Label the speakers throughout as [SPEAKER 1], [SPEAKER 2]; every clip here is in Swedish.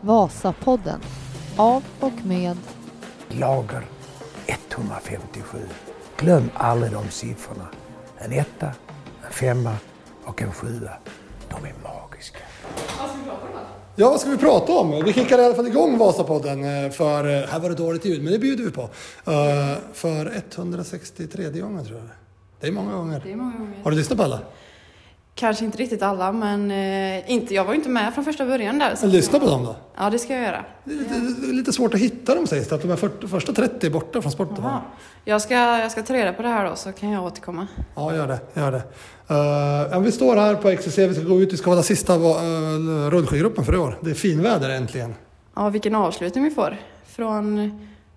[SPEAKER 1] Vasapodden. Av och med
[SPEAKER 2] Lager 157. Glöm aldrig de siffrorna. En etta, en femma och en sjua. De är magiska.
[SPEAKER 3] Ja, vad ska vi prata om? Vi kickade i alla fall igång Vasapodden eh, för, eh, här var det dåligt ljud, men det bjuder vi på. Eh, För 163 gången tror jag. Det är många gånger.
[SPEAKER 4] Det är många gånger.
[SPEAKER 3] Har du lyssnat på alla?
[SPEAKER 4] Kanske inte riktigt alla, men eh, inte, jag var ju inte med från första början där. Så.
[SPEAKER 3] Lyssna på dem då.
[SPEAKER 4] Ja, det ska jag göra.
[SPEAKER 3] Det är lite, det är lite svårt att hitta dem sägs det, att de här 40, första 30 är borta från sporten.
[SPEAKER 4] Ja. Jag, ska, jag ska ta reda på det här då, så kan jag återkomma.
[SPEAKER 3] Ja, gör det. Gör det. Eh, ja, vi står här på XCC, vi ska gå ut, vi ska hålla sista uh, rullskidgruppen för i år. Det är finväder äntligen.
[SPEAKER 4] Ja, vilken avslutning vi får. Från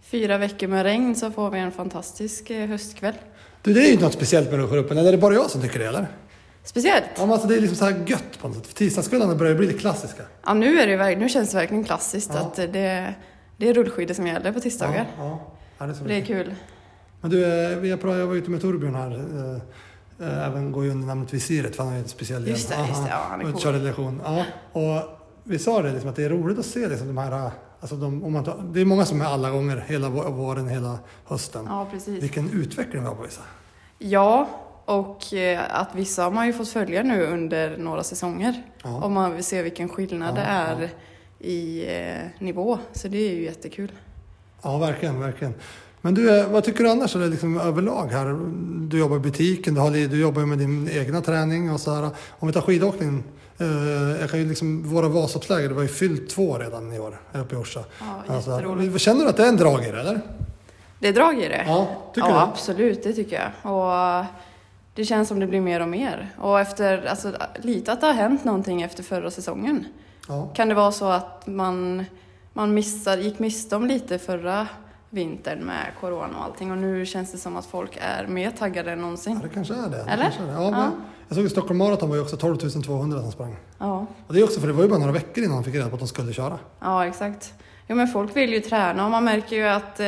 [SPEAKER 4] fyra veckor med regn så får vi en fantastisk eh, höstkväll.
[SPEAKER 3] Du, det är ju något speciellt med rullskidgruppen, eller är det bara jag som tycker det eller?
[SPEAKER 4] Speciellt.
[SPEAKER 3] Ja, men alltså, det är liksom så här gött på något sätt. För Tisdagskvällarna börjar bli lite klassiska.
[SPEAKER 4] Ja, nu, är det, ju verk- nu känns det verkligen klassiskt
[SPEAKER 3] Ja.
[SPEAKER 4] att eh, det, det är rullskidor som gäller på tisdagar.
[SPEAKER 3] Ja, ja. Ja, det är så
[SPEAKER 4] Det är
[SPEAKER 3] mycket.
[SPEAKER 4] kul.
[SPEAKER 3] Men du, eh, vi har pratat- jag var ute med Torbjörn här. eh, eh, Även går ju under namnet Visiret för han är en speciell
[SPEAKER 4] Just det,
[SPEAKER 3] igen.
[SPEAKER 4] just det. Ja, han är
[SPEAKER 3] Och
[SPEAKER 4] cool.
[SPEAKER 3] körde lektion. Ja, och vi sa det liksom att det är roligt att se liksom de här, eh, alltså de, om man tar, det är många som är alla gånger, hela vå- våren, hela hösten.
[SPEAKER 4] Ja, precis.
[SPEAKER 3] Vilken utveckling vi har på vissa.
[SPEAKER 4] Ja, och eh, att vissa har man ju fått följa nu under några säsonger.
[SPEAKER 3] Ja.
[SPEAKER 4] Om man vill se vilken skillnad det
[SPEAKER 3] Ja,
[SPEAKER 4] är i eh, nivå. Så det är ju jättekul.
[SPEAKER 3] Ja, verkligen, verkligen. Men du, eh, vad tycker du annars är det liksom överlag här? Du jobbar i butiken, du, har, li- du jobbar ju med din egna träning och så här. Om vi tar skidåkningen. Eh, jag kan ju liksom, våra Vasaloppsläger, det var ju fyllt två redan i år, här uppe i Orsa.
[SPEAKER 4] Ja,
[SPEAKER 3] Alltså,
[SPEAKER 4] jätteroligt.
[SPEAKER 3] känner du att det är en drag i det, eller?
[SPEAKER 4] Det är drag i det.
[SPEAKER 3] Ja, tycker
[SPEAKER 4] ja,
[SPEAKER 3] du?
[SPEAKER 4] absolut, det tycker jag. Och eh, det känns som det blir mer och mer. Och efter, alltså, lite att det har hänt någonting efter förra säsongen.
[SPEAKER 3] Ja.
[SPEAKER 4] Kan det vara så att man, man missar, gick miste om lite förra vintern med corona och allting och nu känns det som att folk är mer taggade än någonsin?
[SPEAKER 3] ja, det kanske är det. det
[SPEAKER 4] Eller?
[SPEAKER 3] Kanske är det. Ja, Men,
[SPEAKER 4] Ja.
[SPEAKER 3] jag såg att Stockholm Marathon var ju också 12 200 som sprang.
[SPEAKER 4] Ja.
[SPEAKER 3] Och det är också för det var ju bara några veckor innan de fick reda på att de skulle köra.
[SPEAKER 4] Ja, exakt. Jo, men folk vill ju träna och man märker ju att eh,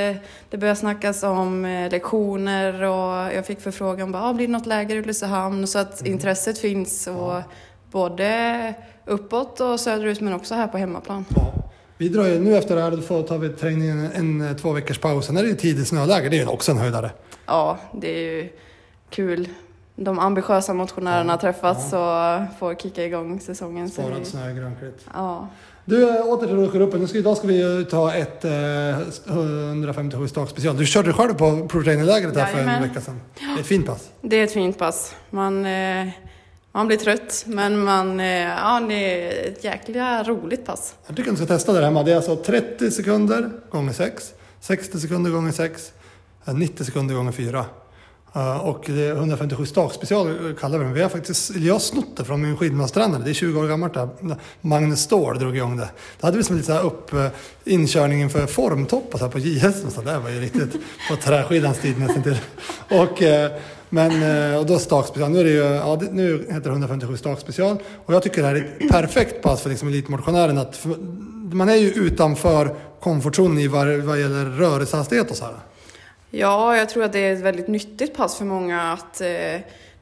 [SPEAKER 4] det börjar snackas om eh, lektioner och jag fick förfrågan bara, ah, blir det något läger i Ulricehamn? Så
[SPEAKER 3] Mm.
[SPEAKER 4] att intresset finns och både uppåt och söderut men också här på hemmaplan.
[SPEAKER 3] Ja. Vi drar ju, nu efter det här då får- tar vi träningen en, en två veckors paus. Sen är det ju tidigt snöläger, det är ju också en höjdare.
[SPEAKER 4] Ja, det är ju kul. De ambitiösa motionärerna träffats och får kicka igång säsongen. så det-
[SPEAKER 3] Sparad snö i grönklitt.
[SPEAKER 4] Ja,
[SPEAKER 3] Du, eh, åter till rullskidgruppen. Nu ska- Idag ska vi ju ta ett eh, 157 stak special. Du körde själv på ProTrainer-lägret här för en
[SPEAKER 4] Jajamän.
[SPEAKER 3] vecka sedan. Det är ett fint pass.
[SPEAKER 4] Det är ett fint pass. Man, eh, man blir trött, men man, eh, ja, det är ett jäkla roligt pass.
[SPEAKER 3] Jag tycker att du ska testa det där hemma. Det är alltså 30 sekunder gånger 6, 60 sekunder gånger 6, 90 sekunder gånger 4. Och det är 157 stak special eh, kallar vi den. Vi har faktiskt, eller jag har snott det från min skidmastränare. Det är 20 år gammalt det här. Magnus Ståhl drog igång det. Det hade vi som lite så här upp eh, inkörningen för formtopp och så här på JS. Och så där. Det var ju riktigt på träskidans tid nästan till. Och, eh, men, eh, och då stakspecial. Nu, är det ju, ja, det- nu heter det 157 stakspecial. Och jag tycker det här är ett perfekt pass för liksom elitmotionären. Att för, man är ju utanför komfortzonen i vad, vad gäller rörelsehastighet och så här.
[SPEAKER 4] Ja, jag tror att det är ett väldigt nyttigt pass för många. Att, eh,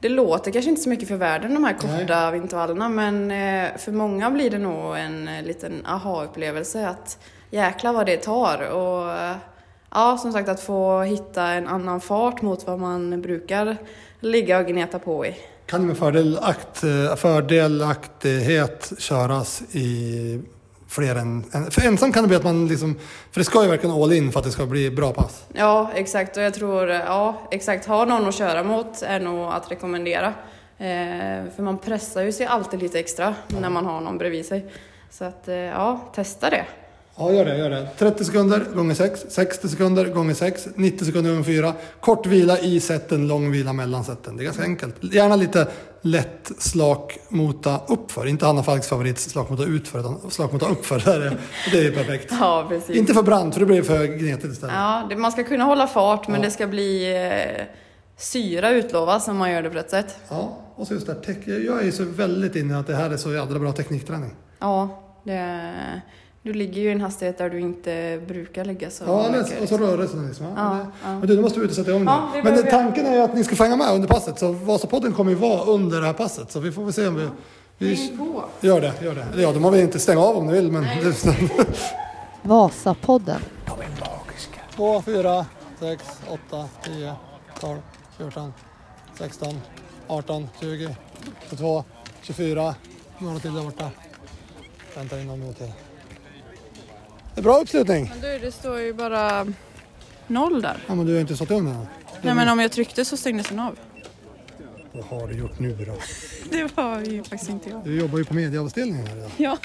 [SPEAKER 4] det låter kanske inte så mycket för världen de här korta intervallerna, men eh, för många blir det nog en eh, liten aha-upplevelse att jäkla vad det tar. Och, eh, ja, som sagt att få hitta en annan fart mot vad man brukar ligga och gneta på i.
[SPEAKER 3] Kan ju med fördelakt, eh, fördelaktighet köras i fler än... en- För ensam kan det bli att man liksom... För det ska ju verkligen all in för att det ska bli bra pass.
[SPEAKER 4] Ja, exakt. Och jag tror, eh, ja, exakt. Ha någon att köra mot är nog att rekommendera. Eh, för man pressar ju sig alltid lite extra när man har någon bredvid sig. Så att, eh, ja, testa det.
[SPEAKER 3] Ja, gör det, gör det. 30 sekunder gånger 6, 60 sekunder gånger 6, 90 sekunder gånger 4. Kort vila i seten, lång vila mellan seten. Det är ganska enkelt. Gärna lite lätt slakmota uppför. Inte Hanna Falks favorit slakmota utför, utan slakmota uppför. Det är, det är ju perfekt.
[SPEAKER 4] Ja, precis.
[SPEAKER 3] Inte för brant, för det blir för gnetigt istället.
[SPEAKER 4] Ja, det, man ska kunna hålla fart, men
[SPEAKER 3] Ja.
[SPEAKER 4] det ska bli eh, syra utlovas om man gör det på rätt sätt.
[SPEAKER 3] Ja, och så just det här, tech- jag är ju så väldigt inne i att det här är så jävla bra teknikträning.
[SPEAKER 4] Ja, det, du ligger ju i en hastighet där du inte brukar ligga så
[SPEAKER 3] Ja,
[SPEAKER 4] mycket,
[SPEAKER 3] det- och så
[SPEAKER 4] liksom.
[SPEAKER 3] rörelsen liksom.
[SPEAKER 4] Ja,
[SPEAKER 3] det-
[SPEAKER 4] ja.
[SPEAKER 3] Men du, nu måste vi ut och sätta igång
[SPEAKER 4] Ja,
[SPEAKER 3] nu.
[SPEAKER 4] vi
[SPEAKER 3] Men
[SPEAKER 4] behöver-
[SPEAKER 3] tanken är ju att ni ska få hänga med under passet. Så Vasapodden kommer ju vara under det här passet. Så vi får väl se om vi
[SPEAKER 4] Häng på.
[SPEAKER 3] Gör det, gör det. Ja, de har väl inte stänga av om ni vill, men...
[SPEAKER 1] Vasapodden.
[SPEAKER 2] De är magiska.
[SPEAKER 3] 2, 4, 6, 8, 10, 12, 14, 16, 18, 20, 22, 24. Några till där borta. Vänta in någon minut till. Det är bra uppslutning.
[SPEAKER 4] Men du, det står ju bara noll där.
[SPEAKER 3] Ja, men du har inte satt igång den än.
[SPEAKER 4] Nej men om jag tryckte så stängdes den av.
[SPEAKER 3] Vad har du gjort nu då?
[SPEAKER 4] Det var ju faktiskt inte jag.
[SPEAKER 3] Du jobbar ju på medieavställningen här idag.
[SPEAKER 4] Ja.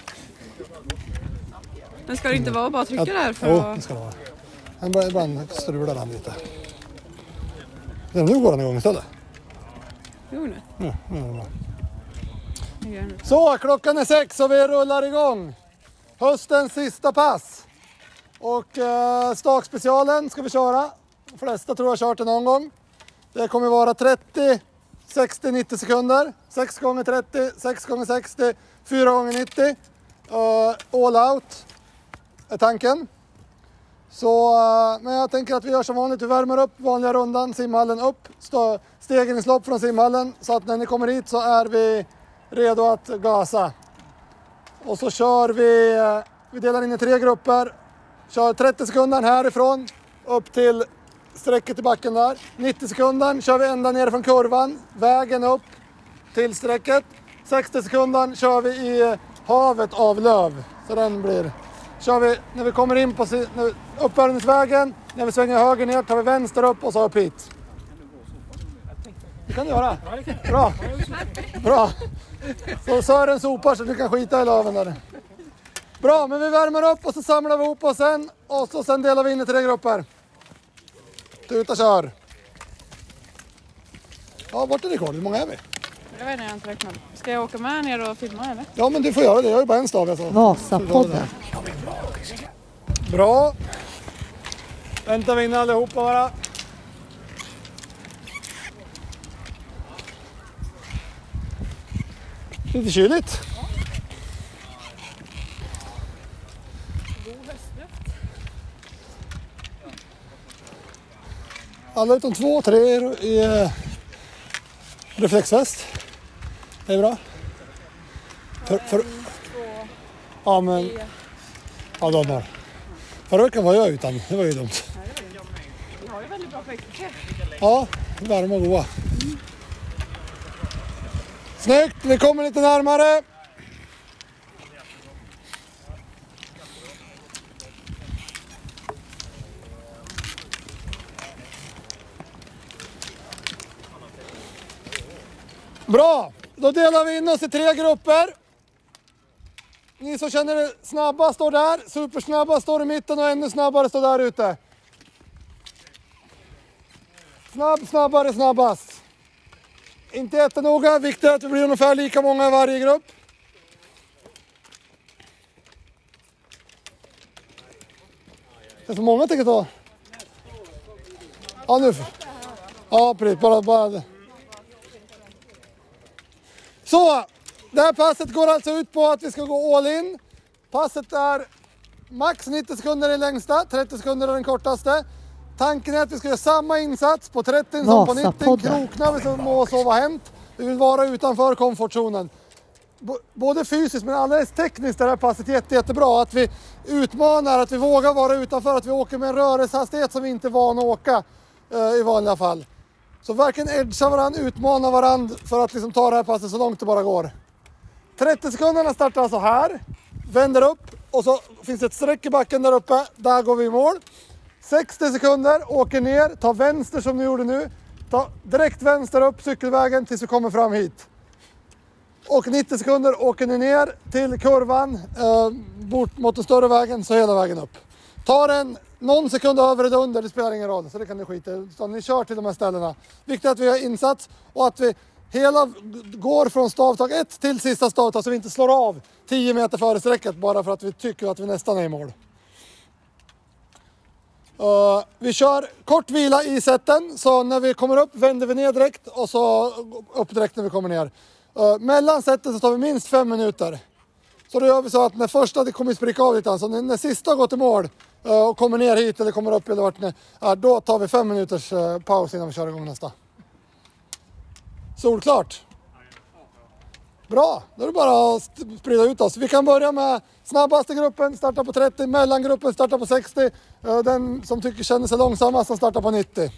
[SPEAKER 4] Men ska det inte vara att bara trycka där för
[SPEAKER 3] Jo, det
[SPEAKER 4] att...
[SPEAKER 3] ska det vara. Men ibland- ibland strular han lite. Men nu går han igång istället.
[SPEAKER 4] Jo, nu.
[SPEAKER 3] Ja, nu är det bra.
[SPEAKER 4] Nu gör jag nu.
[SPEAKER 3] Så, klockan är sex och vi rullar igång. Höstens sista pass. Och eh, stakspecialen ska vi köra. De flesta tror jag har kört den någon gång. Det kommer vara 30, 60, 90 sekunder. 6 gånger 30, 6 gånger 60, 4 gånger 90. Eh, all out är tanken. Så, eh, men jag tänker att vi gör som vanligt. Vi värmer upp vanliga rundan, simhallen upp, stö- stegringslopp från simhallen. Så att när ni kommer hit så är vi redo att gasa. Och så kör vi, eh, vi delar in i tre grupper. Kör 30 sekunder härifrån upp till strecket i backen där. 90 sekunder kör vi ända ner från kurvan, vägen upp till strecket. 60 sekunder kör vi i havet av löv. Så den blir... Kör vi när vi kommer in på si- när- uppvärmningsvägen, när vi svänger höger ner tar vi vänster upp och så upp hit. Det kan du göra. Bra. Bra. Så Sören sopar så du kan skita i löven där. Bra, men vi värmer upp och så samlar vi ihop oss sen och så sen delar vi in i tre grupper. Tuta kör. Ja, vart är rekordet? Hur många är vi?
[SPEAKER 4] Jag vet inte, jag har inte räknat. Ska jag åka med ner och filma eller?
[SPEAKER 3] Ja, men du får göra det. Jag har ju bara en stav. Alltså.
[SPEAKER 1] Vasapodden.
[SPEAKER 2] De är magiska.
[SPEAKER 3] Bra. Väntar vi in allihopa bara. Lite kyligt. Alla utom två och tre är i eh, reflexväst. Det är bra. För, för... Ja, men... Ja, de har. Förra veckan var jag utan. Det var ju dumt. Vi har ju väldigt bra fläktar. Ja, varma och goa. Snyggt! Vi kommer lite närmare. Bra! Då delar vi in oss i tre grupper. Ni som känner er snabba står där, supersnabba står i mitten och ännu snabbare står där ute. Snabb, snabbare, snabbast. Inte jättenoga, viktigt är att det blir ungefär lika många i varje grupp. Det är för många tänker jag ta. Ja, nu. Ja, precis. Bara, bara. Så, det här passet går alltså ut på att vi ska gå all in. Passet är max 90 sekunder är den längsta, 30 sekunder är den kortaste. Tanken är att vi ska göra samma insats på 30 som på 90.
[SPEAKER 1] Vasapodden.
[SPEAKER 3] Kroknar vi så må så vara hänt. Vi vill vara utanför komfortzonen. B- både fysiskt men alldeles tekniskt är det här passet jätte, jättebra. Att vi utmanar, att vi vågar vara utanför, att vi åker med en rörelsehastighet som vi inte är vana att åka eh, i vanliga fall. Så verkligen edga varandra, utmana varandra för att liksom ta det här passet så långt det bara går. 30 sekunderna startar alltså här, vänder upp och så finns det ett streck i backen där uppe. Där går vi i mål. 60 sekunder, åker ner, tar vänster som du gjorde nu. Ta direkt vänster upp cykelvägen tills vi kommer fram hit. Och 90 sekunder åker ni ner till kurvan, eh, bort mot den större vägen, så hela vägen upp. Tar en någon sekund över eller under, det spelar ingen roll, så det kan ni skita i. Utan Ni kör till de här ställena. Viktigt är att vi gör insats och att vi hela g- går från stavtag 1 till sista stavtag så vi inte slår av 10 meter före strecket bara för att vi tycker att vi nästan är i mål. Eh, vi kör kort vila i seten, så när vi kommer upp vänder vi ner direkt och så upp direkt när vi kommer ner. Eh, mellan seten så tar vi minst fem minuter. Så då gör vi så att när första, det kommer ju spricka av lite grann, så när, när sista går till mål eh, och kommer ner hit eller kommer upp eller vart ni är, då tar vi fem minuters eh, paus innan vi kör igång nästa. Solklart! Bra, då är det bara att st- sprida ut oss. Vi kan börja med snabbaste gruppen startar på 30, mellangruppen startar på 60. eh, Den som tycker känner sig långsammast den startar på 90.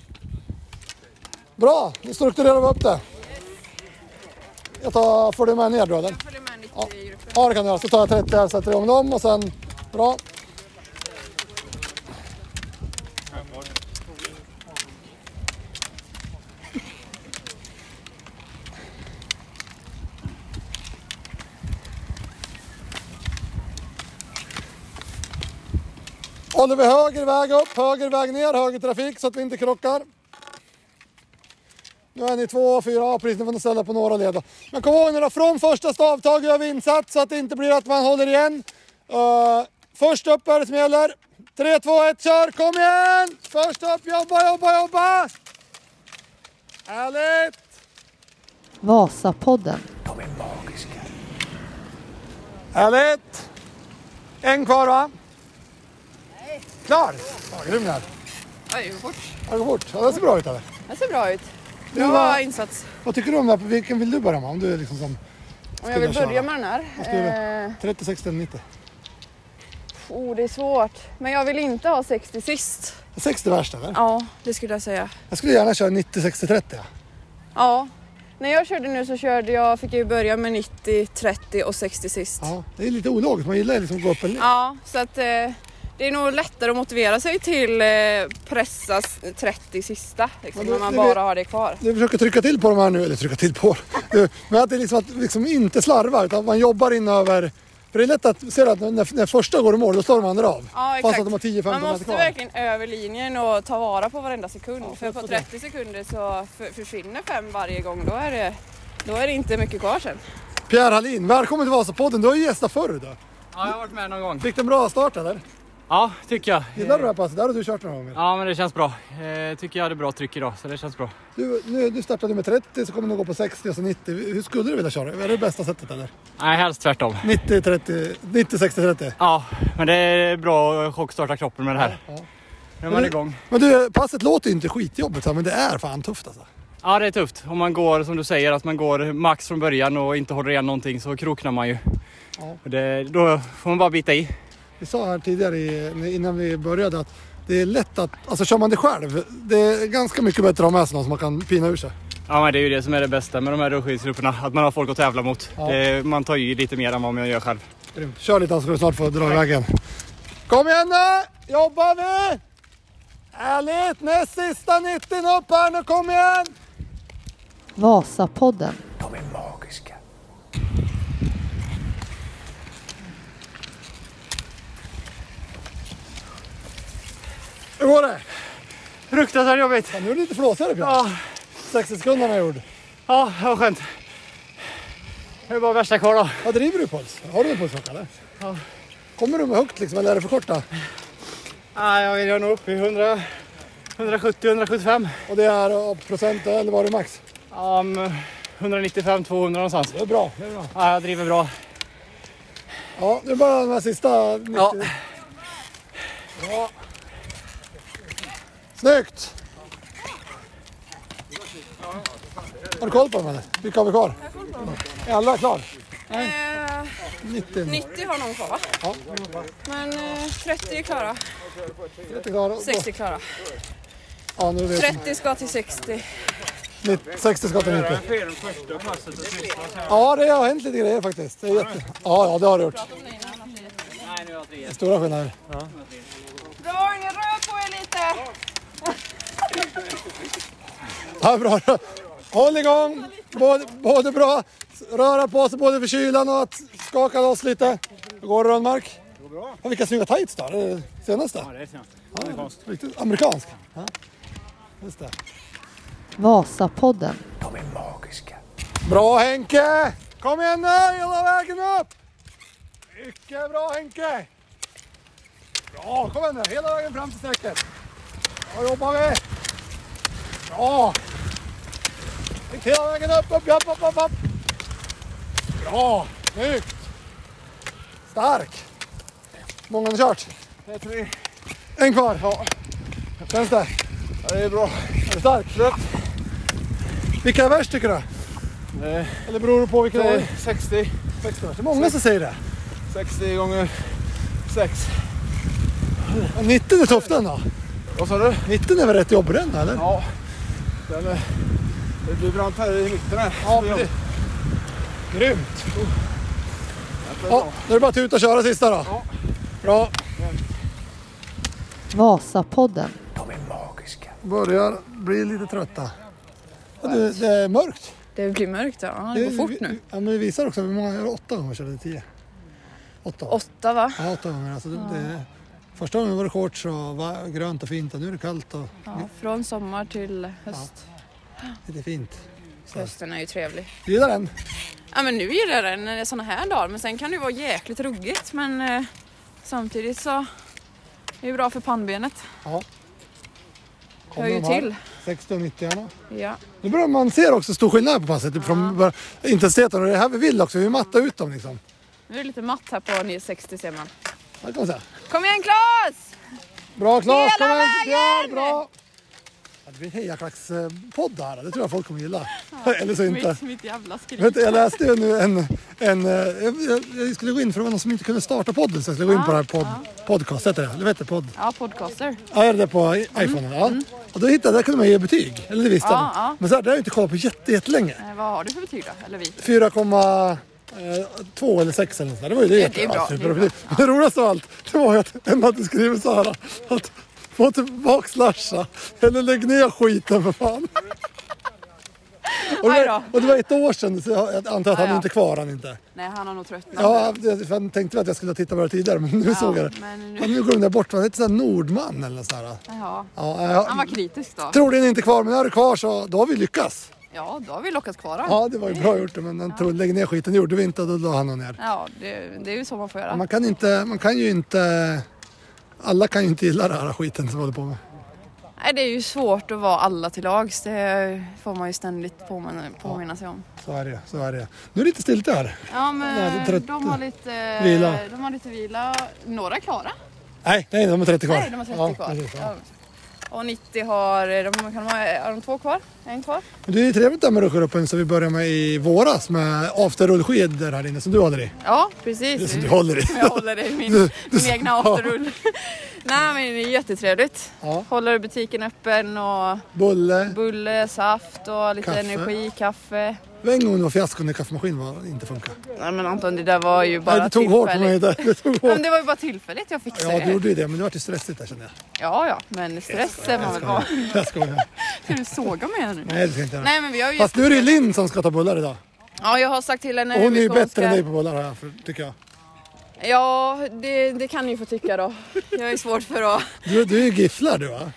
[SPEAKER 3] Bra, nu strukturerar vi upp det. Jag tar, får du med ner då eller?
[SPEAKER 5] följer med 90 gruppen.
[SPEAKER 3] Ja det kan du göra. Så tar jag 30 här, sätter igång dem och sen... Bra. Håller vi höger väg upp, höger väg ner, höger trafik så att vi inte krockar. Nu är ni två och fyra, ja, precis, ni får nog ställa på några led då. Men kom ihåg nu då, från första stavtag gör vi insats så att det inte blir att man håller igen. Eh, först upp är det som gäller. 3, 2, 1, kör, kom igen! Först upp, jobba, jobba, jobba! Härligt!
[SPEAKER 1] Vasapodden.
[SPEAKER 2] De är magiska.
[SPEAKER 3] Härligt! En kvar va? Klar! Ja, grym där.
[SPEAKER 5] Oj, vad fort.
[SPEAKER 3] Ja, Det går fort. Ja, det ser bra ut eller?
[SPEAKER 5] Det ser bra ut.
[SPEAKER 3] Du, va?
[SPEAKER 5] Bra insats.
[SPEAKER 3] Vad tycker du om det här? Vilken vill du börja med? Om du är liksom som
[SPEAKER 5] Om jag vill
[SPEAKER 3] Skulle
[SPEAKER 5] börja
[SPEAKER 3] köra.
[SPEAKER 5] med den
[SPEAKER 3] skulle-
[SPEAKER 5] här. Eh,
[SPEAKER 3] 30, 60 eller 90?
[SPEAKER 5] oh, det är svårt. Men jag vill inte ha 60 sist.
[SPEAKER 3] 60 värst eller?
[SPEAKER 5] Ja, det skulle jag säga.
[SPEAKER 3] Jag skulle gärna köra 90, 60, 30. ja.
[SPEAKER 5] Ja. När jag körde nu så körde jag, fick jag ju börja med 90, 30 och 60 sist. Ja,
[SPEAKER 3] Ja, det är lite ologiskt. Man gillar ju liksom att gå upp en li-
[SPEAKER 5] så att eh, det är nog lättare att motivera sig till eh, pressa s- 30 sista. Liksom,
[SPEAKER 3] Men
[SPEAKER 5] när
[SPEAKER 3] det-
[SPEAKER 5] man
[SPEAKER 3] det-
[SPEAKER 5] bara har det kvar.
[SPEAKER 3] Du försöker trycka till på de här nu, eller trycka till på. Du, men att det är liksom att liksom inte slarva utan man jobbar in över. För det är lätt att se att när, när första går i mål då slår de andra av.
[SPEAKER 5] Ja,
[SPEAKER 3] Fast
[SPEAKER 5] exakt.
[SPEAKER 3] att de har 10-15
[SPEAKER 5] man
[SPEAKER 3] meter
[SPEAKER 5] måste
[SPEAKER 3] kvar.
[SPEAKER 5] verkligen över linjen och ta vara på varenda sekund. för på
[SPEAKER 3] så
[SPEAKER 5] 30 sekunder så f- försvinner fem varje gång. Då är, det, då är det inte mycket kvar sen.
[SPEAKER 3] Pierre Hallin, välkommen till Vasapodden. Du har ju gästat förr du.
[SPEAKER 6] Ja, jag har varit med någon gång.
[SPEAKER 3] Fick du en bra start eller?
[SPEAKER 6] Ja, tycker jag.
[SPEAKER 3] Gillar du det här passet? Där har du kört några gånger.
[SPEAKER 6] Ja, men det känns bra. Eh, tycker jag hade bra tryck idag, så det känns bra.
[SPEAKER 3] Du, nu, du startade med 30 så kommer du gå på 60 och så 90. Hur skulle du vilja köra? Är det det bästa sättet eller?
[SPEAKER 6] Nej, helst tvärtom.
[SPEAKER 3] 90, 30, 90, 60, 30.
[SPEAKER 6] Ja, men det är bra att chockstarta kroppen med det här. Nu är man igång.
[SPEAKER 3] Men du, passet låter ju inte skitjobbigt så här, men det är fan tufft alltså.
[SPEAKER 6] Ja, det är tufft. Om man går, som du säger, att man går max från början och inte håller igen någonting så kroknar man ju.
[SPEAKER 3] Ja.
[SPEAKER 6] Och Det, då får man bara bita i.
[SPEAKER 3] Vi sa här tidigare i- innan vi började att det är lätt att, alltså kör man det själv, det är ganska mycket bättre att ha med sig någon som man kan pina ur sig.
[SPEAKER 6] Ja, men det är ju det som är det bästa med de här rullskidsgrupperna, att man har folk att tävla mot. Det, man tar ju lite mer än vad man gör själv.
[SPEAKER 3] Grymt. Kör lite så ska du snart få dra iväg igen. Kom igen nu! Jobbar vi! Härligt! Näst sista 90 upp här nu, kom igen!
[SPEAKER 1] Vasapodden.
[SPEAKER 2] De är magiska.
[SPEAKER 3] Hur går det?
[SPEAKER 6] Fruktansvärt jobbigt!
[SPEAKER 3] Ja, nu är det lite flåsigare Björn.
[SPEAKER 6] Ja,
[SPEAKER 3] 60 sekunder har jag gjort.
[SPEAKER 6] ja vad skönt. Det är bara värsta kvar då.
[SPEAKER 3] Vad driver du puls? Har du en pulsklocka eller?
[SPEAKER 6] Ja.
[SPEAKER 3] Kommer du med högt liksom eller är det för korta?
[SPEAKER 6] Nej, jag vill jag är nog uppe i 100, 170, 175.
[SPEAKER 3] Och det är ja, procent eller var det max?
[SPEAKER 6] Um, 195, 200 någonstans.
[SPEAKER 3] Det är bra. Det är bra.
[SPEAKER 6] Ja, jag driver bra.
[SPEAKER 3] Ja, nu bara de här sista 90.
[SPEAKER 6] Ja.
[SPEAKER 3] Bra. Snyggt! Har du koll på dem eller? Vilka har vi kvar? Är alla klar?
[SPEAKER 5] Eh,
[SPEAKER 3] 90.
[SPEAKER 5] 90 har någon kvar va?
[SPEAKER 3] Ja.
[SPEAKER 5] Men eh, 30 är klara,
[SPEAKER 3] 30 klara.
[SPEAKER 5] 60 är klara.
[SPEAKER 3] Ja, nu är vi
[SPEAKER 5] 30 ska till 60.
[SPEAKER 3] 90, 60 ska till 90. Ja, det har hänt lite grejer faktiskt. Det är jätte... Ja, ja, det har det gjort. Det är Stora skillnader.
[SPEAKER 5] Bra ni rör på er lite!
[SPEAKER 3] Ja, bra. Håll igång! Både, både bra, röra på sig både för kylan och att skaka loss lite. Hur går det Rönnmark? Det går bra. Ja, vilka snygga tights då? Är det Senaste? Ja, det är senaste. Amerikansk. Riktigt amerikansk? Ja. Just det.
[SPEAKER 1] Vasapodden.
[SPEAKER 2] De är magiska.
[SPEAKER 3] Bra Henke! Kom igen nu, hela vägen upp! Mycket bra Henke! Bra, kom igen nu, hela vägen fram till strecket. Då jobbar vi! Bra! Gick hela vägen upp, upp, upp, upp, upp, upp. Bra, snyggt! Stark! Många har kört?
[SPEAKER 7] Det är tre.
[SPEAKER 3] En kvar. Ja. Känns det?
[SPEAKER 7] Ja, det är bra.
[SPEAKER 3] Är du stark?
[SPEAKER 7] Lätt.
[SPEAKER 3] Vilka är värst tycker du?
[SPEAKER 8] Eh,
[SPEAKER 9] Eller beror det på vilken
[SPEAKER 8] det är
[SPEAKER 9] ålder?
[SPEAKER 8] 60,
[SPEAKER 9] 16 år. Det är många som säger det.
[SPEAKER 8] 60 gånger 6.
[SPEAKER 9] 19 är tufft den då.
[SPEAKER 8] Vad sa du?
[SPEAKER 9] 19 är väl rätt jobbig den eller?
[SPEAKER 8] Ja, den är, det blir brant här i mitten här.
[SPEAKER 9] Ja,
[SPEAKER 8] Det är
[SPEAKER 9] precis.
[SPEAKER 8] jobbigt.
[SPEAKER 9] Grymt.
[SPEAKER 8] Det är
[SPEAKER 9] Ja,
[SPEAKER 8] bra.
[SPEAKER 9] nu är det bara att tuta och köra sista då.
[SPEAKER 8] Ja.
[SPEAKER 9] Bra.
[SPEAKER 1] Vasapodden.
[SPEAKER 2] De är magiska.
[SPEAKER 3] Börjar bli lite trötta.
[SPEAKER 9] Ja, Det, det är mörkt.
[SPEAKER 4] Det blir mörkt, ja. Det går fort nu.
[SPEAKER 3] Ja, men det visar också hur många, åtta gånger körde tio. Åtta.
[SPEAKER 4] Åtta, va?
[SPEAKER 3] Ja, åtta gånger. Alltså, det, det, första gången var det shorts och va- grönt och fint och nu är det kallt och
[SPEAKER 4] Ja, från sommar till höst.
[SPEAKER 3] lite fint.
[SPEAKER 4] Hösten är ju trevlig.
[SPEAKER 3] Gillar den?
[SPEAKER 4] Ja, men nu gillar jag den när det är såna här dagar, men sen kan det ju vara jäkligt ruggigt. Men eh, samtidigt så är det ju bra för pannbenet.
[SPEAKER 3] Kom
[SPEAKER 4] Hör ju
[SPEAKER 3] de här.
[SPEAKER 4] till.
[SPEAKER 3] 60 och 90 gärna.
[SPEAKER 4] Ja.
[SPEAKER 3] Nu börjar man se också stor skillnad på passet. Typ från bör- intensiteten och det är det här vi vill också. Vi mattar ut dem liksom.
[SPEAKER 4] Nu är det lite matt här på 960 ser man.
[SPEAKER 3] Ja, Det kan man säga.
[SPEAKER 4] Kom igen Claes!
[SPEAKER 3] Bra Claes!
[SPEAKER 4] Hela
[SPEAKER 3] kom igen.
[SPEAKER 4] vägen!
[SPEAKER 3] Ja, bra! Ja, Det blir en hejarklackspodd här. Det tror jag folk kommer gilla. Eller så inte.
[SPEAKER 4] Mitt, mitt jävla skrik.
[SPEAKER 3] Vet, du, jag läste ju nu en... en eh, jag, jag, jag skulle gå in för det var någon som inte kunde starta podden så jag skulle gå in på det här pod, podcast. Heter det. Du vet det? Podd.
[SPEAKER 4] Ja, podcaster.
[SPEAKER 3] Ja, jag är det på i- iPhone. Ja. Och då hittade, där kunde man ge betyg. Eller det visste
[SPEAKER 4] Ja,
[SPEAKER 3] han.
[SPEAKER 4] ja.
[SPEAKER 3] Men så här, det har jag inte kollat på jätte- jättelänge.
[SPEAKER 4] Eh, vad har du för betyg då? Eller vi?
[SPEAKER 3] 4,2 eh, eller 6 eller nåt sånt där. Det var ju det.
[SPEAKER 4] Ja, det är bra,
[SPEAKER 3] Ja, super.
[SPEAKER 4] det är bra.
[SPEAKER 3] Men det roligaste av allt, det var ju att en hade skrivit så här att få tillbaka Slasha eller lägg ner skiten för fan. Och
[SPEAKER 4] Aj
[SPEAKER 3] det, var,
[SPEAKER 4] då.
[SPEAKER 3] och det var ett år sedan så jag antar att
[SPEAKER 4] Ja,
[SPEAKER 3] han
[SPEAKER 4] ja.
[SPEAKER 3] är inte kvar han inte.
[SPEAKER 4] Nej, han har nog tröttnat.
[SPEAKER 3] Ja, jag för jag tänkte väl att jag skulle ha tittat på det tidigare men nu såg jag det.
[SPEAKER 4] men nu-
[SPEAKER 3] Ja, nu går den där bort, han hette såhär Nordman eller nåt sånt där.
[SPEAKER 4] Ja.
[SPEAKER 3] Ja, jag,
[SPEAKER 4] Han var kritisk då.
[SPEAKER 3] Troligen inte kvar men är du kvar så då har vi lyckats.
[SPEAKER 4] Ja, då har vi lockat kvar honom.
[SPEAKER 3] Ja det var ju bra gjort men han trodde lägg ner skiten, det gjorde vi inte och då la han honom ner.
[SPEAKER 4] Ja, det, det är ju så man får göra.
[SPEAKER 3] Man kan, inte, man kan ju inte... Alla kan ju inte gilla den här skiten som vi håller på med.
[SPEAKER 4] Nej, det är ju svårt att vara alla till lags. Det får man ju ständigt påminna, påminna sig om.
[SPEAKER 3] Så är det, så är det. Nu är det lite stilt här.
[SPEAKER 4] Ja,
[SPEAKER 3] Nej, det är
[SPEAKER 4] men
[SPEAKER 3] trött-
[SPEAKER 4] de har lite
[SPEAKER 3] Vila.
[SPEAKER 4] De har lite vila. Några är klara.
[SPEAKER 3] Nej, nej, de har 30 kvar.
[SPEAKER 4] Nej, de har 30
[SPEAKER 3] Ja,
[SPEAKER 4] kvar.
[SPEAKER 3] precis, ja.
[SPEAKER 4] Ja. Och 90 har, de, kan de ha, har de två kvar? En kvar?
[SPEAKER 3] Men det är ju trevligt det här med rullskiduppen som vi började med i våras med afterrullskidor här inne som du håller i.
[SPEAKER 4] Ja,
[SPEAKER 3] Det
[SPEAKER 4] precis.
[SPEAKER 3] som du håller i.
[SPEAKER 4] Som Mm. jag håller i min, min egna afterrull. Nej, men det är jättetrevligt.
[SPEAKER 3] Ja.
[SPEAKER 4] Håller butiken öppen och
[SPEAKER 3] Bulle.
[SPEAKER 4] bulle, saft och lite
[SPEAKER 3] Kaffe.
[SPEAKER 4] energi, kaffe.
[SPEAKER 3] Det var en gång det var fiasko när kaffemaskinen var, inte funkade.
[SPEAKER 4] Nej men Anton, det där var ju bara
[SPEAKER 3] Nej, det tog hårt på mig. Det,
[SPEAKER 4] tillfälligt.
[SPEAKER 3] det tog
[SPEAKER 4] Ja,
[SPEAKER 3] hårt.
[SPEAKER 4] men det var ju bara tillfälligt jag fixade
[SPEAKER 3] Ja,
[SPEAKER 4] det. Mm.
[SPEAKER 3] det gjorde ju det, men det var ju stressigt där kände jag.
[SPEAKER 4] Ja, ja, men stress är man väl vara.
[SPEAKER 3] Jag skojar.
[SPEAKER 4] Ska du såga mig här nu?
[SPEAKER 3] Nej, det ska jag inte göra.
[SPEAKER 4] Nej, men vi har ju...
[SPEAKER 3] Fast nu är det ju Linn som ska ta bullar idag.
[SPEAKER 4] Ja, jag har sagt till henne
[SPEAKER 3] Och hon är ju
[SPEAKER 4] mycket
[SPEAKER 3] bättre än
[SPEAKER 4] ska-
[SPEAKER 3] dig på bullar här, för- tycker jag.
[SPEAKER 4] Ja, det, det kan ni ju få tycka då. Jag är svårt för att...
[SPEAKER 3] Du, du är ju gifflar du va?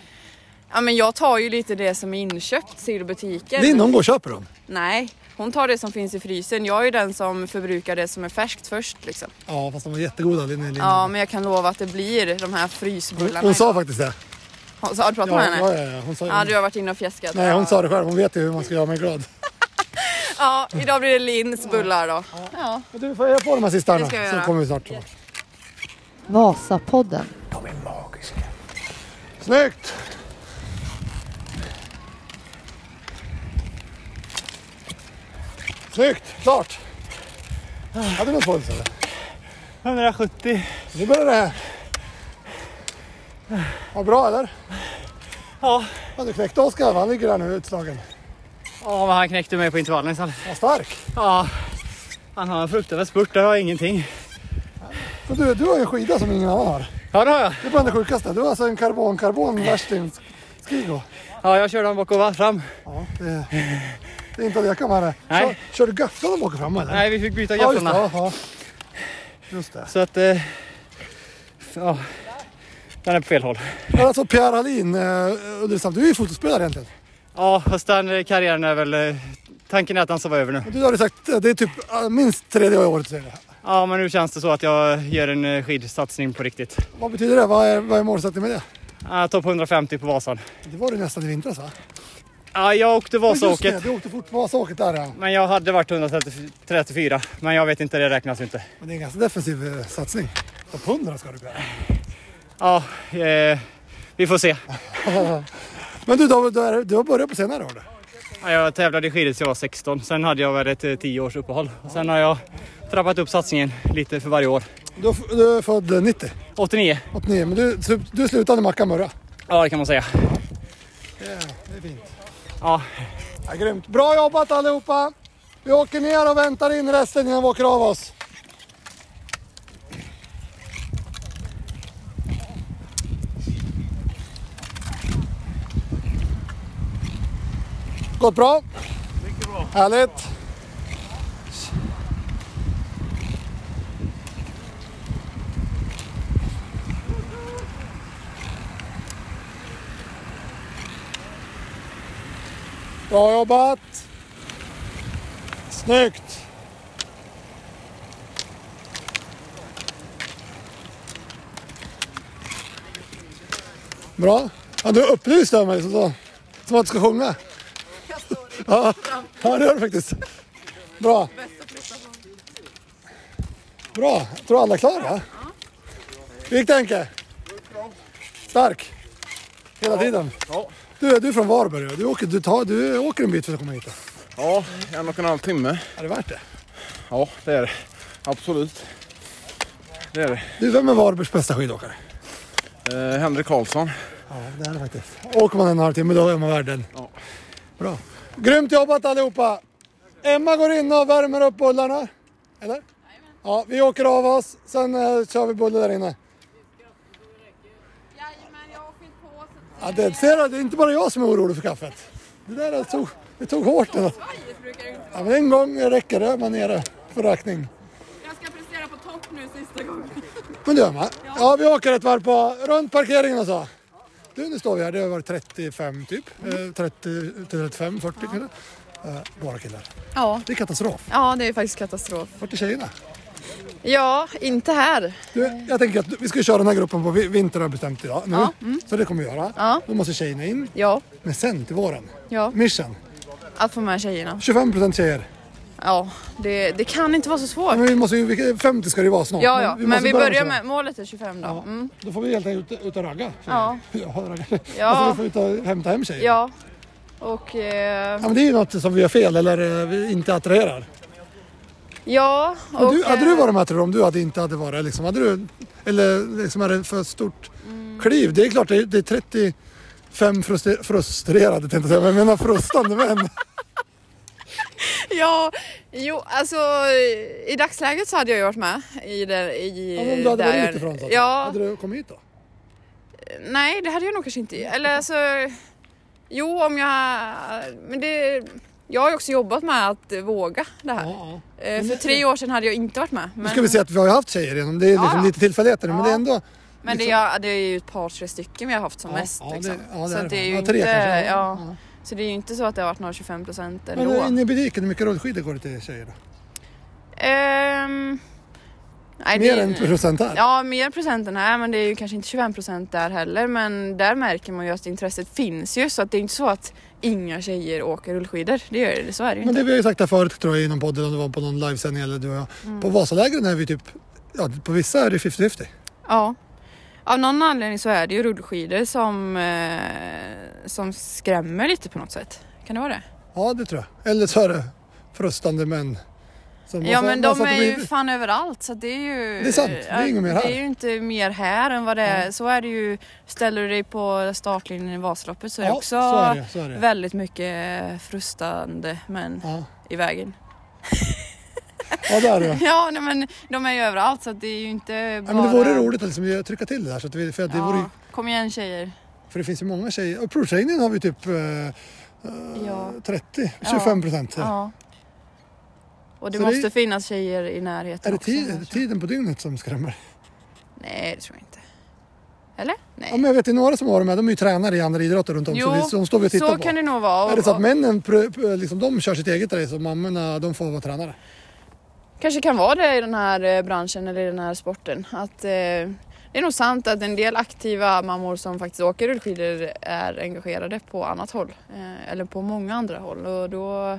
[SPEAKER 4] Ja, men jag tar ju lite det som är inköpt till butiken.
[SPEAKER 3] Linn hon går och köper dem.
[SPEAKER 4] Nej, hon tar det som finns i frysen. Jag är ju den som förbrukar det som är färskt först liksom.
[SPEAKER 3] Ja fast de var jättegoda. Linn, Linn.
[SPEAKER 4] Ja, men jag kan lova att det blir de här frysbullarna.
[SPEAKER 3] hon sa faktiskt det.
[SPEAKER 4] Hon sa- Har du pratat
[SPEAKER 3] Ja,
[SPEAKER 4] med henne?
[SPEAKER 3] ja, ja, ja. Hon sa,
[SPEAKER 4] Ja, du har varit inne och fjäskat.
[SPEAKER 3] Nej hon sa det själv, hon vet ju hur man ska göra mig glad.
[SPEAKER 4] Ja, idag blir det Linns bullar då. Ja.
[SPEAKER 3] Men Du får jag på de här sista
[SPEAKER 4] Det ska vi
[SPEAKER 3] nu, så
[SPEAKER 4] göra.
[SPEAKER 3] kommer vi snart.
[SPEAKER 1] Vasapodden.
[SPEAKER 2] De är magiska.
[SPEAKER 3] Snyggt! Snyggt! Klart! Hade du något puls eller?
[SPEAKER 8] 170.
[SPEAKER 3] Nu börjar det här. Var bra eller?
[SPEAKER 8] Ja.
[SPEAKER 3] Ja, du knäckte Oskar, han ligger där nu utslagen.
[SPEAKER 8] Ja, men han knäckte mig på intervallen istället.
[SPEAKER 3] Vad stark!
[SPEAKER 8] Ja, han har en fruktansvärd spurt. Där har jag ingenting.
[SPEAKER 3] Men du, du har ju en skida som ingen annan har.
[SPEAKER 8] Ja, det har jag.
[SPEAKER 3] Det är bland det sjukaste. Du har alltså en karbon-karbon-värsting-skigo.
[SPEAKER 8] Ja, jag kör den bak och va- fram.
[SPEAKER 3] Ja, det, det är inte att leka med det.
[SPEAKER 8] Nej.
[SPEAKER 3] Kör, kör du gafflarna om åker fram eller?
[SPEAKER 8] Nej, vi fick byta
[SPEAKER 3] ja, just det.
[SPEAKER 8] gafflarna.
[SPEAKER 3] Ja, ja. Just det.
[SPEAKER 8] Så att... Eh, ja. Den är på fel håll.
[SPEAKER 3] Men alltså Pierre Hallin, eh, Ulricehamn, du är ju fotospelare egentligen.
[SPEAKER 8] Ja, fast den eh, karriären är väl... eh, Tanken är att den ska vara över nu.
[SPEAKER 3] Du har ju sagt, eh, det är typ eh, minst tredje året säger jag.
[SPEAKER 8] Ja, men nu känns det så att jag gör en eh, skidsatsning på riktigt.
[SPEAKER 3] Vad betyder det? Vad är, vad är målsättningen med det?
[SPEAKER 8] Ja, Topp 150 på Vasan.
[SPEAKER 3] Det var du nästan i vintras va?
[SPEAKER 8] Ja, jag åkte
[SPEAKER 3] Ja, just det,
[SPEAKER 8] Vasaåket.
[SPEAKER 3] Du åkte fort på Vasaåket där ja.
[SPEAKER 8] Men jag hade varit 134, men jag vet inte, det räknas ju inte.
[SPEAKER 3] Men det är en ganska defensiv eh, satsning. Topp 100 ska du Pierre.
[SPEAKER 8] Ja, eh, vi får se.
[SPEAKER 3] Men du David, du, är, du har börjat på senare år. du.
[SPEAKER 6] Ja, Jag tävlade i skidor tills jag var 16. Sen hade jag väl ett eh, 10 års uppehåll. Sen har jag trappat upp satsningen lite för varje år.
[SPEAKER 3] Du, du är född 90,
[SPEAKER 6] 89,
[SPEAKER 3] 89, men du, slu- du slutade macka murra.
[SPEAKER 6] ja det kan man säga.
[SPEAKER 3] Det är fint.
[SPEAKER 6] Ja,
[SPEAKER 3] Ja, grymt. Bra jobbat allihopa! Vi åker ner och väntar in resten innan vi åker av oss. Gått bra? Mycket bra. Härligt. Bra jobbat! Snyggt! Bra. Ja, du upplyste mig som, så, som att du ska sjunga. Ja, ja det gör du faktiskt. Bra. Bra. Jag tror alla är klara. va? Hur gick det Henke? Stark. Hela tiden. Du, du är från Varberg. ja. Du åker, du, tar, du åker en bit för att komma hit. då.
[SPEAKER 10] Ja, en och en halv timme.
[SPEAKER 3] Är det värt det?
[SPEAKER 10] Ja, det är det. Absolut. Det är det.
[SPEAKER 3] Du, vem är Varbergs bästa skidåkare?
[SPEAKER 10] Eh, Henrik Karlsson.
[SPEAKER 3] Ja, det är det faktiskt. Åker man en halvtimme då är man värd den. Bra. Grymt jobbat allihopa! Emma går in och värmer upp bullarna. Eller? Ja, vi åker av oss. Sen eh, kör vi buller där inne. Ja, det, ser du, det är inte bara jag som är orolig för kaffet. Det där tog, det tog hårt. ändå. Ja, men en gång räcker det. Man är nere för rackning.
[SPEAKER 5] Jag ska prestera på topp nu sista gången.
[SPEAKER 3] Men du Emma, ja, vi åker ett varv på runt parkeringen och så. Du, nu står vi här. Det har varit 35 typ. Eh, 30 till 35, 40 kanske. Eh, bara killar.
[SPEAKER 4] Ja.
[SPEAKER 3] Det är katastrof.
[SPEAKER 4] ja, det är faktiskt katastrof.
[SPEAKER 3] Vart är tjejerna?
[SPEAKER 4] Ja, inte här.
[SPEAKER 3] Du, jag tänker att vi ska köra den här gruppen på vi- vintern har jag bestämt idag. Nu. Så det kommer vi göra.
[SPEAKER 4] mm. Ja.
[SPEAKER 3] Då måste tjejerna in.
[SPEAKER 4] Ja,
[SPEAKER 3] Men sen till våren.
[SPEAKER 4] ja.
[SPEAKER 3] Mission.
[SPEAKER 4] Att få med tjejerna.
[SPEAKER 3] 25 procent tjejer.
[SPEAKER 4] Ja, det, det kan inte vara så svårt.
[SPEAKER 3] Men vi måste ju, vilka- 50 ska det ju vara snart.
[SPEAKER 4] Ja, ja, men
[SPEAKER 3] måste
[SPEAKER 4] vi
[SPEAKER 3] börja
[SPEAKER 4] börjar
[SPEAKER 3] så.
[SPEAKER 4] med målet är 25 då. Mm.
[SPEAKER 3] Då får vi helt enkelt ut, ut och ragga. tjejer.
[SPEAKER 4] Ja.
[SPEAKER 3] ja, ragga.
[SPEAKER 4] Ja.
[SPEAKER 3] Alltså, vi får ut och hämta hem tjejer.
[SPEAKER 4] Ja, och eh,
[SPEAKER 3] Ja, men det är ju något som vi gör fel eller eh, vi inte attraherar.
[SPEAKER 4] ja.
[SPEAKER 3] Men
[SPEAKER 4] Och,
[SPEAKER 3] du, hade
[SPEAKER 4] eh,
[SPEAKER 3] du varit med tror du, om du hade inte hade varit liksom, hade du, eller liksom är det för stort kliv? Det är klart det är, det är 35 frustre- frustrerade tänkte jag säga, men jag menar frustande män.
[SPEAKER 4] eh, Ja, jo, alltså eh, i dagsläget så hade jag ju varit med i det. I,
[SPEAKER 3] Ja, men Om du hade
[SPEAKER 4] där
[SPEAKER 3] varit
[SPEAKER 4] jag-
[SPEAKER 3] utifrån så att säga,
[SPEAKER 4] Ja,
[SPEAKER 3] hade du kommit hit då?
[SPEAKER 4] nej det hade jag nog kanske inte. Eller alltså, jo om jag, men det, jag har ju också jobbat med att våga det här.
[SPEAKER 3] Ja.
[SPEAKER 4] Eh, För tre år sedan hade jag inte varit med.
[SPEAKER 3] Nu
[SPEAKER 4] Men,
[SPEAKER 3] ska vi säga att vi har ju haft tjejer igenom, det är liksom
[SPEAKER 4] Ja, ja.
[SPEAKER 3] lite tillfälligheter men det är ändå.
[SPEAKER 4] men det,
[SPEAKER 3] liksom-
[SPEAKER 4] jag, det är ju ett par, tre stycken vi har haft som
[SPEAKER 3] Ja,
[SPEAKER 4] mest.
[SPEAKER 3] ja, det-
[SPEAKER 4] liksom.
[SPEAKER 3] ja, det
[SPEAKER 4] så
[SPEAKER 3] är
[SPEAKER 4] att
[SPEAKER 3] det.
[SPEAKER 4] det är ju
[SPEAKER 3] Ja, tre
[SPEAKER 4] inte,
[SPEAKER 3] kanske, ja.
[SPEAKER 4] ja. Så det är ju inte så att det har varit några 25 procent ändå.
[SPEAKER 3] Men eh, inne i butiken, hur mycket rullskidor går det till tjejer då?
[SPEAKER 4] Ehm, nej,
[SPEAKER 3] Mer
[SPEAKER 4] det-
[SPEAKER 3] än procent här?
[SPEAKER 4] Ja, mer procent än här, men det är ju kanske inte 25 procent där heller. Men där märker man ju att intresset finns ju, så att det är inte så att inga tjejer åker rullskidor. Det gör det, så är det ju
[SPEAKER 3] Men
[SPEAKER 4] inte.
[SPEAKER 3] det vi har ju sagt här förut tror jag i någon podd, eller om det var på någon livesändning eller du och jag.
[SPEAKER 4] Mm.
[SPEAKER 3] På Vasalägren är vi typ, ja på vissa är det 50-50.
[SPEAKER 4] Ja. Av någon anledning så är det ju rullskidor som, eh, som skrämmer lite på något sätt. Kan det vara det?
[SPEAKER 3] Ja, det tror jag. Eller så är det frustande män. Som
[SPEAKER 4] Ja
[SPEAKER 3] man- man
[SPEAKER 4] men de
[SPEAKER 3] satt och
[SPEAKER 4] är ju
[SPEAKER 3] blev-
[SPEAKER 4] fan överallt så att det är ju...
[SPEAKER 3] Det är sant. Det är
[SPEAKER 4] Ja,
[SPEAKER 3] inget mer här.
[SPEAKER 4] Det är ju inte mer här än vad det är. Så är det ju. Ställer du dig på startlinjen i Vasaloppet så är det
[SPEAKER 3] Ja,
[SPEAKER 4] också
[SPEAKER 3] så är det, så är det.
[SPEAKER 4] väldigt mycket frustande män
[SPEAKER 3] Ja,
[SPEAKER 4] i vägen.
[SPEAKER 3] ja det är det.
[SPEAKER 4] Ja nej, men de är ju överallt så att det är ju inte
[SPEAKER 3] Ja,
[SPEAKER 4] bara...
[SPEAKER 3] men det vore roligt att liksom trycka till det här. Så att vi, för, att det
[SPEAKER 4] Ja,
[SPEAKER 3] vore, ju-
[SPEAKER 4] Kom igen tjejer.
[SPEAKER 3] för det finns ju många tjejer. Och provtjejningen har vi typ eh,
[SPEAKER 4] Ja.
[SPEAKER 3] 30, 25 procent.
[SPEAKER 4] ja. Och det
[SPEAKER 3] Så det är-
[SPEAKER 4] måste finnas tjejer i närheten
[SPEAKER 3] Är det
[SPEAKER 4] också,
[SPEAKER 3] tid,
[SPEAKER 4] kanske.
[SPEAKER 3] tiden på dygnet som skrämmer?
[SPEAKER 4] Nej det tror jag inte. Eller? Nej.
[SPEAKER 3] Ja, men jag vet det är några som har varit med. De är ju tränare i andra idrotter runt om.
[SPEAKER 4] Jo,
[SPEAKER 3] så vi, så de står vi och tittar
[SPEAKER 4] så
[SPEAKER 3] på.
[SPEAKER 4] kan det nog vara.
[SPEAKER 3] Är det så
[SPEAKER 4] Och-
[SPEAKER 3] att männen pr- pr- liksom, de kör sitt eget race och mammorna de får vara tränare?
[SPEAKER 4] kanske kan vara det i den här eh, branschen eller i den här sporten. Att, eh, det är nog sant att en del aktiva mammor som faktiskt åker rullskidor är engagerade på annat håll. Eh, eller på många andra håll. Och då,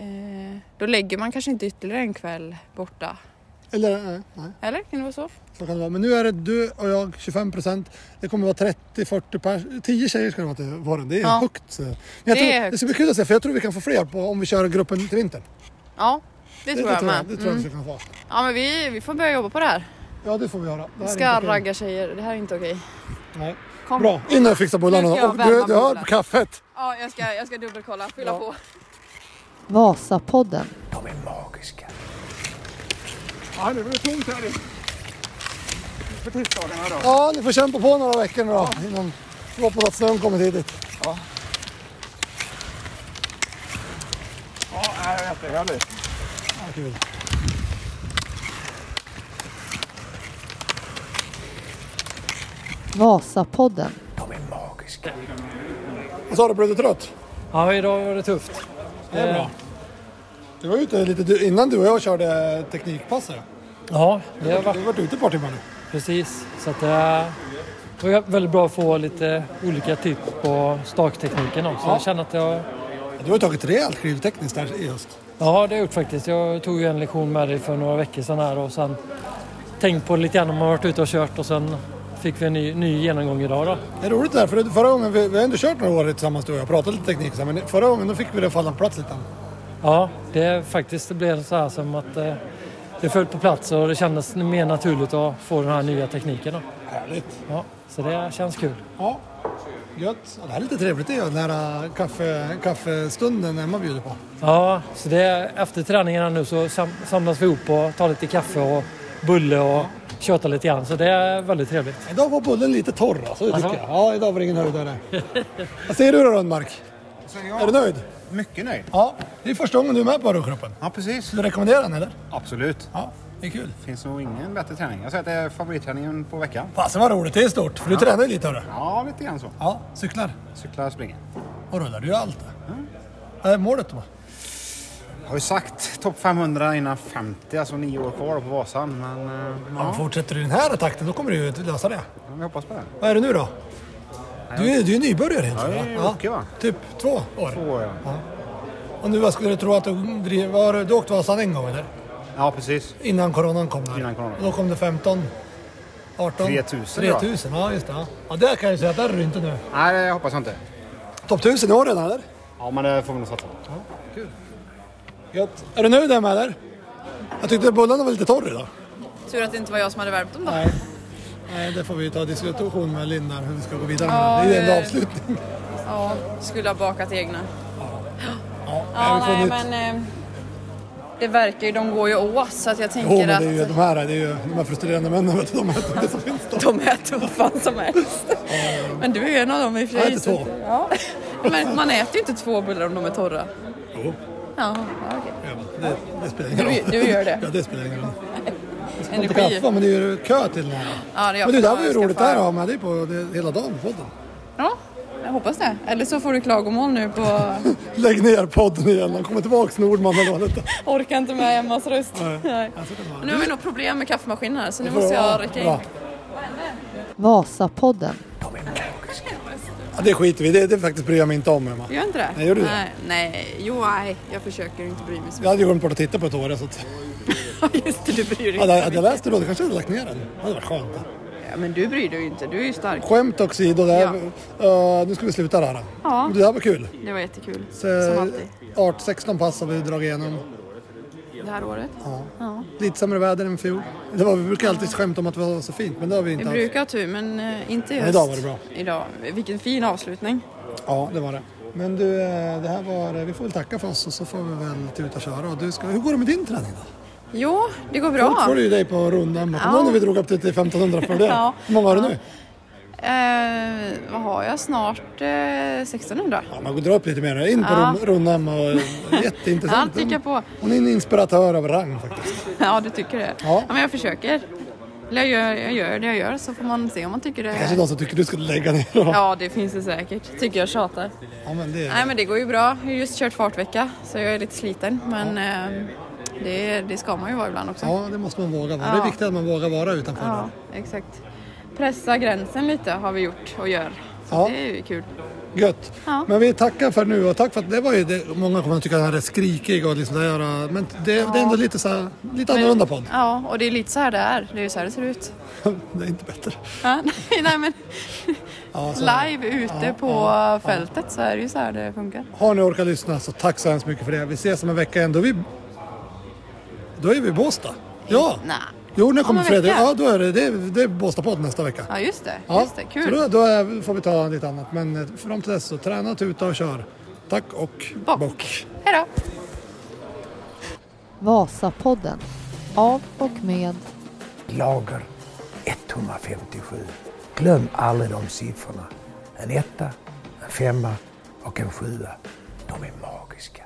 [SPEAKER 4] eh, då lägger man kanske inte ytterligare en kväll borta
[SPEAKER 3] Eller nej, nej,
[SPEAKER 4] Eller? Kan det vara så?
[SPEAKER 3] så kan det vara. Men nu är det du och jag 25 procent. Det kommer vara 30-40 pers. 10 tjejer ska det vara till våren. Det är
[SPEAKER 4] Ja.
[SPEAKER 3] högt. så. Men jag
[SPEAKER 4] Det
[SPEAKER 3] tror,
[SPEAKER 4] är högt.
[SPEAKER 3] det ska bli kul att se för jag tror vi kan få fler på, om vi kör gruppen till vintern.
[SPEAKER 4] Ja, det, tror jag, med. Mm.
[SPEAKER 3] Det tror jag vi kan få.
[SPEAKER 4] Ja, men vi, vi får börja jobba på det här.
[SPEAKER 3] Ja det får vi göra. Det
[SPEAKER 4] Vi
[SPEAKER 3] här är
[SPEAKER 4] ska
[SPEAKER 3] inte okej.
[SPEAKER 4] ragga tjejer. Det här är inte okej.
[SPEAKER 3] Nej.
[SPEAKER 4] Kom.
[SPEAKER 3] Bra, in och fixa bullarna.
[SPEAKER 4] Nu ska jag
[SPEAKER 3] Och du,
[SPEAKER 4] värma
[SPEAKER 3] du hör
[SPEAKER 4] bullar.
[SPEAKER 3] kaffet.
[SPEAKER 4] Ja, jag ska, jag ska dubbelkolla. Fylla på.
[SPEAKER 1] Vasapodden.
[SPEAKER 2] De är magiska.
[SPEAKER 10] Ja, det blir tomt här i- för tisdagarna då.
[SPEAKER 3] Ja, ni får kämpa på några veckor nu då. Innan vi hoppas att snön kommer tidigt.
[SPEAKER 10] Ja, det är jättehärligt.
[SPEAKER 3] Ja, kul.
[SPEAKER 1] Vasapodden.
[SPEAKER 2] De är magiska.
[SPEAKER 3] Vad sa du, blev du trött?
[SPEAKER 8] Ja, idag var det tufft.
[SPEAKER 3] Det är bra. Du var ute lite du- innan du och jag körde teknikpasset.
[SPEAKER 8] Ja,
[SPEAKER 3] Du har varit- du har varit ute ett par timmar nu.
[SPEAKER 8] precis. Så att eh, det var väldigt bra att få lite olika tips på staktekniken också. Jag känner att jag
[SPEAKER 3] Du har tagit ett rejält kliv tekniskt där i höst.
[SPEAKER 8] Ja, det har jag gjort faktiskt. Jag tog ju en lektion med dig för några veckor sedan här och sen tänkt på lite grann om man varit ute och kört och sen fick vi en ny, ny genomgång idag då.
[SPEAKER 3] Det är roligt det där, för det- förra gången, vi, vi har ändå kört några år tillsammans du och jag, pratat lite teknik och så, här, men förra gången då fick vi det falla på plats lite.
[SPEAKER 8] Ja, det är faktiskt det blev så här som att eh, det föll på plats och det kändes mer naturligt att få den här nya tekniken då.
[SPEAKER 3] Härligt.
[SPEAKER 8] Ja, så det känns kul.
[SPEAKER 3] Ja, gött. Ja, det här är lite trevligt det är ju, den här äh, kaffe, kaffestunden Emma bjuder på.
[SPEAKER 8] Ja, så det, efter träningen här nu så sam, samlas vi ihop och tar lite kaffe och bulle och tjötar lite grann. Så det är väldigt trevligt.
[SPEAKER 3] Idag var bullen lite torr alltså, det tycker
[SPEAKER 8] Alltså?
[SPEAKER 3] jag. Ja, idag var det ingen höjdare. Vad säger du då Rönnmark? Är du nöjd?
[SPEAKER 10] Mycket nöjd.
[SPEAKER 3] Ja, det är första gången du är med på Örebrocupen.
[SPEAKER 10] Ja, precis.
[SPEAKER 3] Du rekommenderar den eller?
[SPEAKER 10] Absolut.
[SPEAKER 3] Ja, det är kul.
[SPEAKER 10] finns nog ingen bättre träning. Jag säger att det är favoritträningen på veckan.
[SPEAKER 3] Fasen vad roligt, det är stort. För du tränar ju lite hörru.
[SPEAKER 10] Ja, lite grann så.
[SPEAKER 3] Ja, cyklar.
[SPEAKER 10] Cyklar och springer.
[SPEAKER 3] Och rullar, du gör allt det.
[SPEAKER 10] Mm.
[SPEAKER 3] Vad är målet då?
[SPEAKER 10] Jag har ju sagt topp 500 innan 50, alltså nio år kvar på Vasan. Men eh,
[SPEAKER 3] Ja.
[SPEAKER 10] ja,
[SPEAKER 3] Fortsätter du i den här takten då kommer du ju att lösa det.
[SPEAKER 10] vi hoppas på det.
[SPEAKER 3] Vad är du nu då? Du är, du är nybörjare egentligen
[SPEAKER 10] Ja, jag är rookie, va?
[SPEAKER 3] Typ två år.
[SPEAKER 10] Två år, ja.
[SPEAKER 3] Och nu vad skulle du tro att du driver... vad har Du du har åkt Vasan en gång eller?
[SPEAKER 10] Ja, precis.
[SPEAKER 3] Innan coronan kom där.
[SPEAKER 10] Innan coronan.
[SPEAKER 3] Och Då kom det 15, 18...
[SPEAKER 10] 3000 då.
[SPEAKER 3] 3000, ja just det. Ja, ja där kan jag ju säga att där är du inte nu.
[SPEAKER 10] Nej, det hoppas jag inte.
[SPEAKER 3] Topp 1000 i år redan eller?
[SPEAKER 10] Ja, men det får vi nog satsa på.
[SPEAKER 3] Gött. Är du nöjd där med eller? Jag tyckte bullarna var lite torr idag.
[SPEAKER 4] Tur att det inte var jag som hade värmt dem då.
[SPEAKER 3] Nej. Nej, det får vi ta diskussion med Linda hur vi ska gå vidare med det. Det är ju
[SPEAKER 4] Ja,
[SPEAKER 3] en avslutning.
[SPEAKER 4] Ja, skulle ha bakat egna.
[SPEAKER 3] Ja,
[SPEAKER 4] Ja,
[SPEAKER 3] vi får
[SPEAKER 4] nej
[SPEAKER 3] nytt.
[SPEAKER 4] men... Eh, det verkar ju, de går ju åt så att jag tänker
[SPEAKER 3] Jo, men det
[SPEAKER 4] att
[SPEAKER 3] är ju de här, det är ju de här frustrerande männen, vet du, de äter det som finns då.
[SPEAKER 4] de äter vad fan som helst. Men du är en av dem i och för
[SPEAKER 3] Jag
[SPEAKER 4] sig.
[SPEAKER 3] äter
[SPEAKER 4] så-
[SPEAKER 3] två.
[SPEAKER 4] Ja. Men man äter ju inte två bullar om de är torra.
[SPEAKER 3] Jo,
[SPEAKER 4] Ja, ja, okej.
[SPEAKER 3] det, det spelar ingen roll.
[SPEAKER 4] du gör det.
[SPEAKER 3] Ja, det spelar ingen roll. Inte
[SPEAKER 4] Energi.
[SPEAKER 3] kaffe, men det är ju kö till den här.
[SPEAKER 4] Ja, det är jag
[SPEAKER 3] men du, det här var ju
[SPEAKER 4] ska
[SPEAKER 3] roligt
[SPEAKER 4] få-
[SPEAKER 3] det här att ha med dig på det, hela dagen på podden.
[SPEAKER 4] Ja, jag hoppas det. Eller så får du klagomål nu på...
[SPEAKER 3] Lägg ner podden igen, han kommer tillbaks Nordman eller vad det
[SPEAKER 4] Orkar inte med Emmas röst. Nej.
[SPEAKER 3] så kan det vara.
[SPEAKER 4] Nu har vi nog problem med kaffemaskinen här så nu måste jag rycka in.
[SPEAKER 3] Bra.
[SPEAKER 1] Vasapodden.
[SPEAKER 3] Ja, det skiter vi i. det, det faktiskt bryr jag mig inte om Emma.
[SPEAKER 4] Gör inte det?
[SPEAKER 3] Nej, gör du det?
[SPEAKER 4] nej, nej, jo nej. Jag försöker inte bry mig så
[SPEAKER 3] Vi hade ju glömt bort att titta på ett år, så att,
[SPEAKER 4] mycket. Just det, du bryr dig inte.
[SPEAKER 3] hade, hade jag läst det då, då kanske jag hade lagt ner den. Det hade varit skönt.
[SPEAKER 4] Ja, men du bryr dig ju inte, du är ju stark.
[SPEAKER 3] Skämt åsido, det här, eh, nu ska vi sluta där.
[SPEAKER 4] Ja.
[SPEAKER 3] Det här var kul.
[SPEAKER 4] Det var jättekul,
[SPEAKER 3] Så,
[SPEAKER 4] som alltid.
[SPEAKER 3] art 16 pass har vi dragit igenom.
[SPEAKER 4] Det här året.
[SPEAKER 3] Lite sämre väder än fjol. Det var, vi brukar alltid skämta om att det var så fint, men det har vi
[SPEAKER 4] Vi
[SPEAKER 3] inte haft.
[SPEAKER 4] brukar ha tur men eh, inte i
[SPEAKER 3] Men
[SPEAKER 4] höst.
[SPEAKER 3] idag var det bra.
[SPEAKER 4] Idag. Vilken fin avslutning.
[SPEAKER 3] Ja, det var det. Men du, eh, det här var, vi får väl tacka för oss och så får vi väl tuta och köra. Och du ska, hur går det med din träning då?
[SPEAKER 4] Jo, det går bra.
[SPEAKER 3] Får du ju dig på rundan. Kommer du ihåg när vi drog upp till 1500 för det?
[SPEAKER 4] Ja.
[SPEAKER 3] Hur många har du nu?
[SPEAKER 4] Eh, vad har jag? Snart eh, 1600.
[SPEAKER 3] Ja, man går dra upp lite mer. In på
[SPEAKER 4] Ja.
[SPEAKER 3] run- rundan och jätteintressant.
[SPEAKER 4] Ja, trycka på.
[SPEAKER 3] Hon är en inspiratör av rang faktiskt.
[SPEAKER 4] ja, du tycker det?
[SPEAKER 3] Ja.
[SPEAKER 4] men jag försöker. Eller jag gör, jag gör det jag gör så får man se om man tycker det
[SPEAKER 3] Kanske någon som tycker du ska lägga ner. Ja.
[SPEAKER 4] Ja, det finns det säkert. Tycker jag tjatar.
[SPEAKER 3] ja, men det
[SPEAKER 4] Nej, men det går ju bra. Jag har just kört fartvecka så jag är lite sliten. Men eh, det, det ska man ju vara ibland också.
[SPEAKER 3] Ja, det måste man våga vara. Det är
[SPEAKER 4] Ja.
[SPEAKER 3] viktigt att man vågar vara utanför.
[SPEAKER 4] Ja, exakt. Pressa gränsen lite har vi gjort och gör. Så
[SPEAKER 3] Ja.
[SPEAKER 4] det är ju kul.
[SPEAKER 3] det. Gött.
[SPEAKER 4] Ja.
[SPEAKER 3] Men vi tackar för nu och tack för att det var ju det. Många kommer att tycka att den här är skrikig och liksom det här, men det, det är ändå lite så här, lite annorlunda podd.
[SPEAKER 4] Ja, och det är lite så här det är. Det är ju så här det ser ut.
[SPEAKER 3] Det är inte bättre.
[SPEAKER 4] Ja, nej, nej, men
[SPEAKER 3] Ja, så.
[SPEAKER 4] live ute på fältet så är det ju så här det funkar.
[SPEAKER 3] Har ni orkat lyssna så tack så hemskt mycket för det. Vi ses om en vecka igen. Då är vi, då är vi i Båstad. Ja!
[SPEAKER 4] Nej.
[SPEAKER 3] Jo, när kommer
[SPEAKER 4] en
[SPEAKER 3] Fredrik?
[SPEAKER 4] vecka.
[SPEAKER 3] Ja, då är det, det, är- det är Båstadpodd nästa vecka.
[SPEAKER 4] Ja, just det.
[SPEAKER 3] Ja,
[SPEAKER 4] Just det.
[SPEAKER 3] Så
[SPEAKER 4] Kul.
[SPEAKER 3] då, då är, får vi ta lite annat. Men eh, fram till dess så träna, tuta och kör. Tack och
[SPEAKER 4] Bock. Hej då.
[SPEAKER 1] Vasapodden. Av och med
[SPEAKER 2] Lager 157. Glöm aldrig de siffrorna. En etta, en femma och en sjua. De är magiska.